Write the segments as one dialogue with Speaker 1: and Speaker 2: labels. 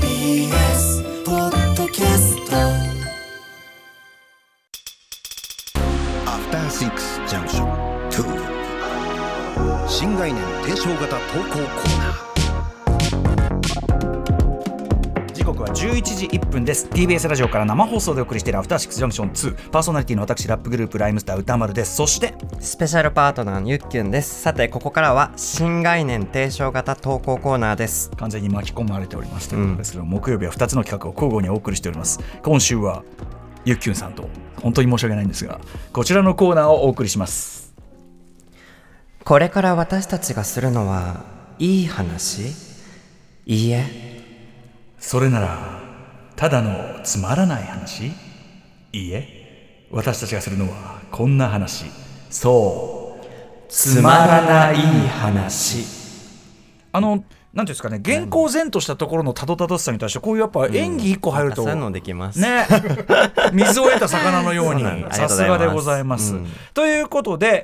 Speaker 1: TBS ポッドキャスト
Speaker 2: アフターシックスジャンクション2新概念低唱型投稿コーナー
Speaker 3: 時刻は11時1分です TBS ラジオから生放送でお送りしているアフターシックスジャンクション2パーソナリティの私ラップグループライムスター歌丸ですそして
Speaker 4: スペシャルパートナーのゆっきゅんです。さて、ここからは新概念提唱型投稿コーナーです。
Speaker 3: 完全に巻き込まれておりますということですけど、木曜日は2つの企画を交互にお送りしております今週はゆっきゅんさんと本当に申し訳ないんですがこちらのコーナーをお送りします
Speaker 4: これから私たちがするのは、いい話いいえ。
Speaker 3: それならただのつまらない話いいえ私たちがするのはこんな話そうつまらない話あのなんていうんですかね原稿前としたところのたどたどしさに対してこういうやっぱ演技一個入ると、
Speaker 4: そういうのできます。
Speaker 3: ね、水を得た魚のように
Speaker 4: そうなんです
Speaker 3: さすがでございます。
Speaker 4: ありがとうございます
Speaker 3: ということで、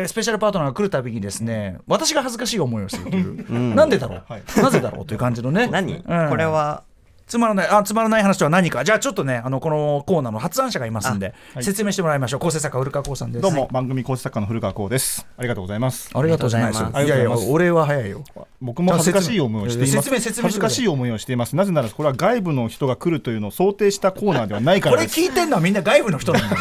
Speaker 3: えースペシャルパートナーが来るたびにですね私が恥ずかしい思いをするという、なんでだろう、なぜだろうという感じのね
Speaker 4: 何、
Speaker 3: うん
Speaker 4: これは、
Speaker 3: つまらないあつまらない話とは何かじゃあちょっとねあのこのコーナーの発案者がいますんで、説明してもらいましょう構成作家古川光さんです。
Speaker 5: どうも、番組構成作家の古川光です。ありがとうございます。
Speaker 3: ありがとうございます。
Speaker 4: あ
Speaker 5: りがとうございます
Speaker 3: やいや、お礼は早いよ。
Speaker 5: 僕も恥ずかしい思いをしています。
Speaker 3: 説明説明して
Speaker 5: 恥ず
Speaker 3: ください
Speaker 5: かしい思いをしています。なぜなら、これは外部の人が来るというのを想定したコーナーではないか
Speaker 3: こ
Speaker 5: ら
Speaker 3: れ
Speaker 5: です。
Speaker 3: 聞いてんのはみんな外部の人なんだ。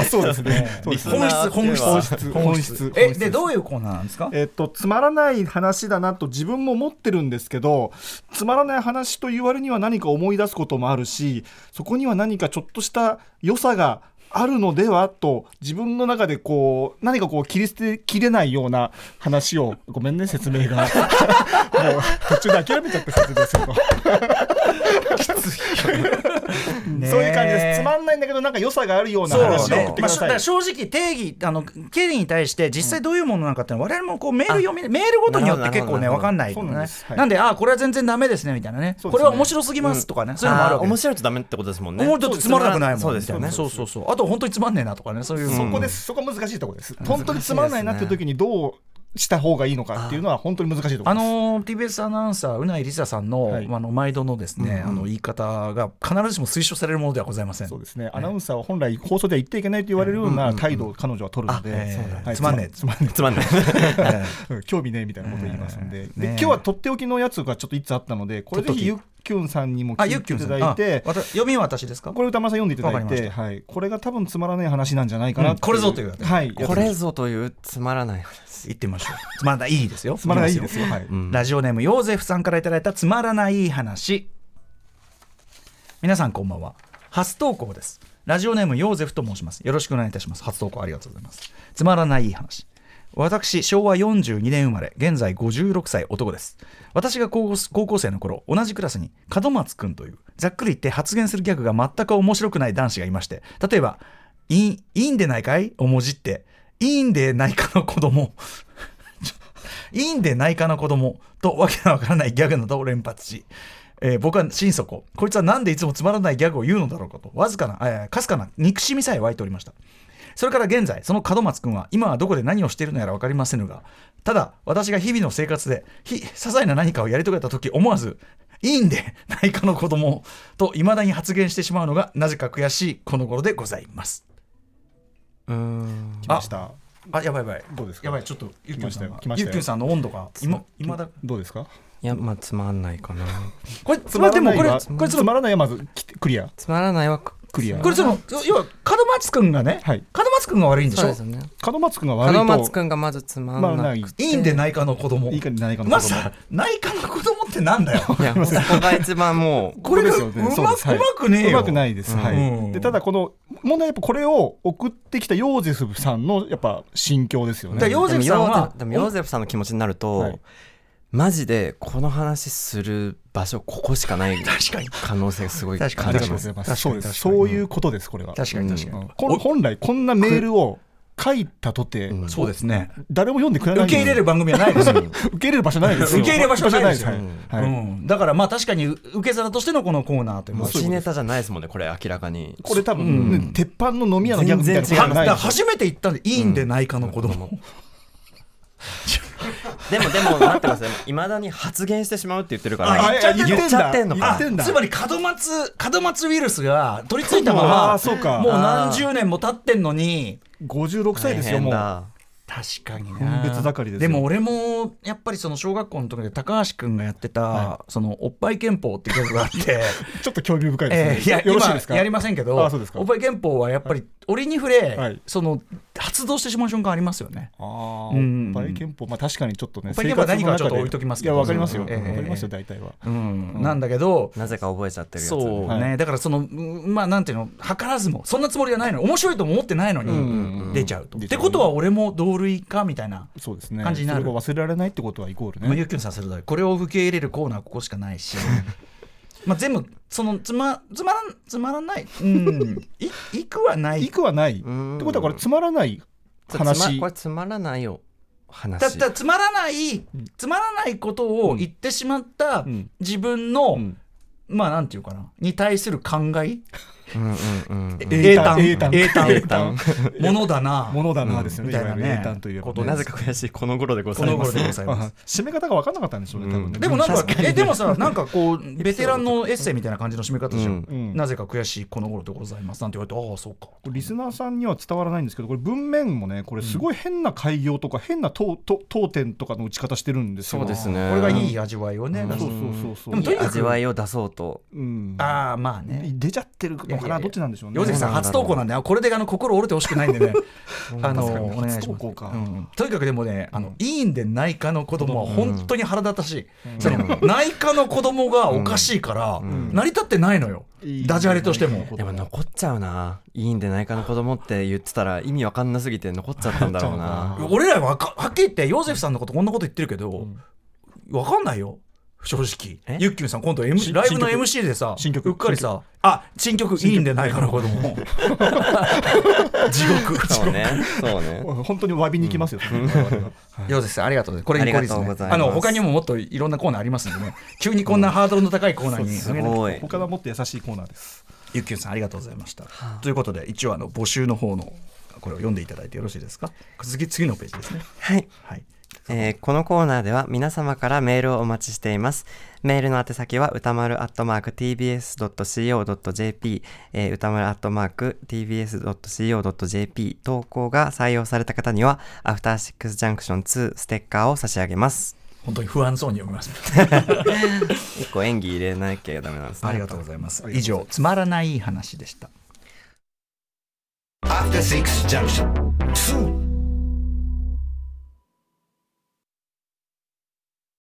Speaker 5: あ、そうですね。そうですね
Speaker 3: 本質、本質、
Speaker 5: 本質
Speaker 3: 本質
Speaker 5: 本質。
Speaker 3: え、
Speaker 5: 本質
Speaker 3: で、どういうコーナーなんですか
Speaker 5: えっと、つまらない話だなと自分も思ってるんですけどつまらない話と言われには何か思い出すこともあるしそこには何かちょっとした良さがあるのではと自分の中でこう何かこう切り捨てきれないような話をごめんね説明 がもう途中で諦めちゃって説明するとそういう感じですつまんないんだけどなんか良さがあるような
Speaker 3: そう
Speaker 5: 話を
Speaker 3: ね
Speaker 5: 送っ、てく
Speaker 3: まあ、しだ
Speaker 5: ださい、
Speaker 3: から正直定義あの経理に対して実際どういうものなのかっていうのは我々もこうメール読みメールごとによって結構ね
Speaker 4: なるほど
Speaker 3: 分かんない
Speaker 5: そう
Speaker 3: ね
Speaker 5: なんですはい
Speaker 3: なんでああこれは全然ダメですねみたいなね
Speaker 5: そう
Speaker 3: こ
Speaker 5: ですね
Speaker 3: れは面白すぎますとかね、そういうのもある
Speaker 4: あ
Speaker 3: わ
Speaker 4: ー
Speaker 3: け
Speaker 4: 面
Speaker 3: です
Speaker 4: 白いとダメってことですもんね。
Speaker 3: もうちょっとつまらなくないもん
Speaker 4: そうですよね。
Speaker 3: そうそうそうあと本当につまんねえなとかねそういう
Speaker 5: そこです、そこは難しいところです。本当につまらないなっていう時にどうした方がいいのかっていうのは本当に難しいとこ
Speaker 3: あ
Speaker 5: ろです。
Speaker 3: のー TBS アナウンサー、うないりささんの,、
Speaker 5: はい
Speaker 3: あの毎度のですね、あの言い方が必ずしも推奨されるものではございません。
Speaker 5: そうですね、アナウンサーは本来放送では言っていけないと言われるような態度を彼女は取るので、
Speaker 3: えー
Speaker 5: はい
Speaker 3: つまんねえ
Speaker 5: つまんね
Speaker 4: つまんない。
Speaker 3: え
Speaker 5: え うん興味ねえみたいなことを言いますんで,、で
Speaker 3: ね
Speaker 5: 今日はとっておきのやつがちょっといつあったのでこれぜひゆっきゅんさんにも
Speaker 3: ーあ、
Speaker 5: 聞
Speaker 3: ゆっ
Speaker 5: い
Speaker 3: き
Speaker 5: て
Speaker 3: ゅ
Speaker 5: い
Speaker 3: んさ
Speaker 5: た
Speaker 3: ん
Speaker 5: だい
Speaker 3: あ
Speaker 5: て
Speaker 3: わた読みは私ですか
Speaker 5: これ歌丸さん読んでいただ
Speaker 3: わ
Speaker 5: い、
Speaker 3: かりまして
Speaker 5: はい、これが多分つまらない話なんじゃないかな
Speaker 3: うんこれぞというやつ
Speaker 5: はい、
Speaker 4: これぞというつまらない話。
Speaker 3: 言ってみましょう。つまらないいいですよ。
Speaker 5: つまらないですよ、はい
Speaker 3: ラジオネームヨーゼフさんからいただいたつまらない話皆さんこんばんは初投稿ですラジオネームヨーゼフと申しますよろしくお願いいたします初投稿ありがとうございますつまらない話私昭和42年生まれ現在56歳男です私が高校高校生の頃同じクラスに門松くんというざっくり言って発言するギャグが全く面白くない男子がいまして例えば「いいいいんでないかい?」をもじって「いいんでないか?」の子供いいんでないかな子供とわけのわからないギャグなどを連発し、えー僕は心底こいつはなんでいつもつまらないギャグを言うのだろうかとわずかなえーかすかな憎しみさえ湧いておりましたそれから現在その門松君は今はどこで何をしているのやら分かりませぬがただ私が日々の生活でひ些細な何かをやり遂げた時思わず「いいんでないかの子供といまだに発言してしまうのがなぜか悔しいこの頃でございます
Speaker 4: うーん。
Speaker 5: 来ました
Speaker 3: あやばいやばい
Speaker 5: どうですか
Speaker 3: やばいちょっとゆっきゅんさんが
Speaker 5: 来ましたよ来ました
Speaker 3: ゆ
Speaker 5: よ
Speaker 3: っきゅんさんの温度がいまいまだ
Speaker 5: どうですか
Speaker 4: いや、まあ、つまんない かな。
Speaker 3: これつまでもこれ
Speaker 5: は
Speaker 3: これつ
Speaker 5: つ
Speaker 3: ま
Speaker 5: まらないはまずきクリア
Speaker 4: つまらないは
Speaker 5: クリア
Speaker 3: これその要は門松くんがね、
Speaker 5: はい
Speaker 3: 門松くんが悪いんでし
Speaker 4: そ
Speaker 3: ょ
Speaker 4: うですよね。
Speaker 5: 門松君が悪いと
Speaker 4: 門松くんがまずつまん
Speaker 5: まあ
Speaker 4: な。
Speaker 5: ないい
Speaker 4: い
Speaker 3: いいんで内科の子供
Speaker 5: いいか内科の子供
Speaker 3: まずさ内科の子供ってなんだよ
Speaker 4: や、ここが一番もう、
Speaker 3: これがう
Speaker 5: そ
Speaker 3: ま
Speaker 5: うですよねそうです
Speaker 3: くうまくねえ
Speaker 5: う
Speaker 3: よ
Speaker 5: まくないです、はい
Speaker 3: うん
Speaker 5: でただこの問題はやっぱこれを送ってきたヨーゼフさんのやっぱ心境ですよ
Speaker 3: だ
Speaker 5: ね
Speaker 3: ヨーゼフさんは
Speaker 4: でもヨーゼフでもヨーゼフさんの気持ちになると、
Speaker 5: はい
Speaker 4: マジでこの話する場所ここしかない
Speaker 3: 確かに
Speaker 4: 可能性すごい感
Speaker 3: 確かに
Speaker 5: ありが
Speaker 4: じ
Speaker 5: とうご
Speaker 4: ま
Speaker 5: ざ
Speaker 4: す
Speaker 5: いま
Speaker 3: 確かに
Speaker 5: す。そうで
Speaker 3: 確
Speaker 5: す。
Speaker 3: かに
Speaker 5: そういうことです、これは。
Speaker 3: 確かに確かに、
Speaker 5: うんこん本来こんなメールを書いたとて、
Speaker 4: ん
Speaker 3: そうですね
Speaker 5: 誰も読んでくれない
Speaker 3: 受け入れる番組はないですよ、
Speaker 5: 受け入れる場所ないですよ
Speaker 3: 受け入れる場所ないですよ
Speaker 5: 場所
Speaker 3: う
Speaker 5: はいはい
Speaker 3: ん、だからまあ確かに受け皿としてのこのコーナーという
Speaker 4: 持
Speaker 3: か
Speaker 4: ちネタじゃないですもんねこれ明らかに
Speaker 5: これ多分、ね鉄板の飲み屋のギャグみたいなこ
Speaker 4: 全
Speaker 5: と
Speaker 4: 然
Speaker 5: は
Speaker 4: 違う
Speaker 5: ない
Speaker 3: だから初めて行ったんでいいんでないかの子供、
Speaker 4: でもでも待ってくださいいまだに発言してしまうって言ってるか
Speaker 3: あ
Speaker 4: ら
Speaker 3: 言っちゃってんだ
Speaker 4: 言っちゃってんの
Speaker 5: 言
Speaker 4: か
Speaker 5: ってんだ
Speaker 3: つまり門松門松ウイルスが取り付いたま
Speaker 5: あ
Speaker 3: ま
Speaker 5: ーそうか
Speaker 3: もう何十年も経ってんのに
Speaker 5: 56歳
Speaker 4: 大
Speaker 5: ですよ
Speaker 4: 変
Speaker 5: もう
Speaker 4: だ
Speaker 3: 確かに
Speaker 5: 分別盛りです
Speaker 3: で
Speaker 5: よ
Speaker 3: も俺もやっぱりその小学校の時で高橋君がやってた、そのおっぱい憲法っていう曲があ って、
Speaker 5: ちょっと興味深い
Speaker 3: えー
Speaker 5: です
Speaker 3: いや
Speaker 5: ねよろしいですか
Speaker 3: 今やりませんけど
Speaker 5: あそうですか
Speaker 3: おっぱい憲法はやっぱり折に触れ、
Speaker 5: はい
Speaker 3: その発動してしまう瞬間ありますよね。
Speaker 5: ああ
Speaker 3: うん
Speaker 5: ーおっぱい憲法まあ確かにちょっとね
Speaker 3: おっぱい憲法は何かはちょっと置いときますけど
Speaker 5: いやわかりますよわ
Speaker 3: え
Speaker 5: か
Speaker 3: え
Speaker 5: りますよ大体は
Speaker 3: うんなんだけど、
Speaker 4: なぜか覚えちゃってるやつ
Speaker 3: そうね、
Speaker 5: は
Speaker 3: だからそのうんまあなんていうの図らずもそんなつもりがないのに面白いとも思ってないの
Speaker 5: うんう
Speaker 3: に
Speaker 5: ん
Speaker 3: 出ちゃうと。
Speaker 5: 出
Speaker 3: っ
Speaker 5: ちゃ
Speaker 3: て
Speaker 5: う
Speaker 3: ことは俺も同類かみたいな。
Speaker 5: そうですね
Speaker 3: 感じになる
Speaker 5: それが忘れられないってことはイコール
Speaker 3: まあ、
Speaker 5: ね
Speaker 3: ゆっきゅんさんそれぞれこれを受け入れるコーナーここしかない しまあ全部そのつまつまらんつまらないうん いいくはない
Speaker 5: いくはないって
Speaker 4: ん
Speaker 5: ことはこれつまらない
Speaker 4: つま
Speaker 5: 話
Speaker 4: これつまらないよ話
Speaker 3: だったつまらないつまらないことを言ってしまった
Speaker 5: うん
Speaker 3: 自分の、
Speaker 5: うん
Speaker 3: まあなんていうかなに対する考え
Speaker 4: うんうんうんうん
Speaker 5: 英単
Speaker 3: 英単
Speaker 5: 英単
Speaker 3: 英単ものだ な
Speaker 5: ものだなですよ
Speaker 3: み
Speaker 5: ね
Speaker 3: たいなね
Speaker 5: いわゆる英単といえば
Speaker 3: こと
Speaker 5: ね
Speaker 4: なぜか悔しいこの頃でござい
Speaker 3: この
Speaker 4: ま
Speaker 3: 頃
Speaker 4: す
Speaker 3: でございます
Speaker 5: あ締め方が分かんなかったんでしょうね多分ね
Speaker 3: でもなんか
Speaker 4: 確かに
Speaker 3: えでもさなんかこ うベテランのエッセイみたいな感じの締め方じゃん、
Speaker 5: うんうん
Speaker 3: なぜか悔しいこの頃でございますなんて言われてああそうか
Speaker 5: これリスナーさんには伝わらないんですけどこれ文面もねこれすごい変な開業とか変な当当当点とかの打ち方してるんですよ
Speaker 4: そうですね
Speaker 3: これがいい味わいをね、
Speaker 5: そ
Speaker 3: 出
Speaker 5: う
Speaker 3: す
Speaker 5: そうそうそう
Speaker 3: でもとにかく
Speaker 4: 味わいを出そうと
Speaker 5: うん
Speaker 3: ああまあね
Speaker 5: 出ちゃってるのかない
Speaker 3: やいやいや
Speaker 5: どっちなんでしょうね
Speaker 3: ヨゼフさん初投稿なんであこれであの心折れてほしくないん でねあの
Speaker 5: 確かに
Speaker 3: お願いし
Speaker 5: 初投
Speaker 3: ます
Speaker 5: 稿か
Speaker 3: うんとにかくでもねあのいいんでないかの子供は本当に腹立たしいその内科の子供がおかしいから成り立ってないのよ
Speaker 5: いい
Speaker 3: ダジャレとしても
Speaker 4: でも残っちゃうないいんでないかの子供って言ってたら意味わかんなすぎて残っちゃったんだろうな
Speaker 3: 俺らはかはっきり言ってヨゼフさんのことこんなこと言ってるけどわかんないよ正直
Speaker 4: え
Speaker 3: ゆっきゅんさん今度 M
Speaker 5: 新
Speaker 3: ライブの
Speaker 5: 新曲
Speaker 3: MC でさ
Speaker 5: 新曲
Speaker 3: うっかりさあ新曲いいんでないかの子供 地獄
Speaker 4: そうねそうね
Speaker 5: 本当に詫びに行きますよ、
Speaker 3: ようですありがとうございます。これにこりです
Speaker 4: ありがと
Speaker 3: ね
Speaker 4: うござ。います
Speaker 3: あの他にももっといろんなコーナーありますんでね。急にこんなハードルの高いコーナーに、
Speaker 4: すごい
Speaker 5: 他はもっと優しいコーナーです
Speaker 3: ゆっきゅんさんありがとうございました。ということで一応あの募集の方のこれを読んでいただいてよろしいですか。次次のページですね。
Speaker 4: はい
Speaker 3: はい。
Speaker 4: えーこのコーナーでは皆様からメールをお待ちしています。メールの宛先は歌丸 @tbs.co.jp、えー歌丸 @tbs.co.jp 投稿が採用された方には、アフターシックスジャンクション2ステッカーを差し上げます。
Speaker 3: 本当に不安そうに読みます。
Speaker 4: 一個演技入れなきゃダメなんですね。
Speaker 3: ありがとうございます。以上つまらない話でした。
Speaker 2: After Six Junction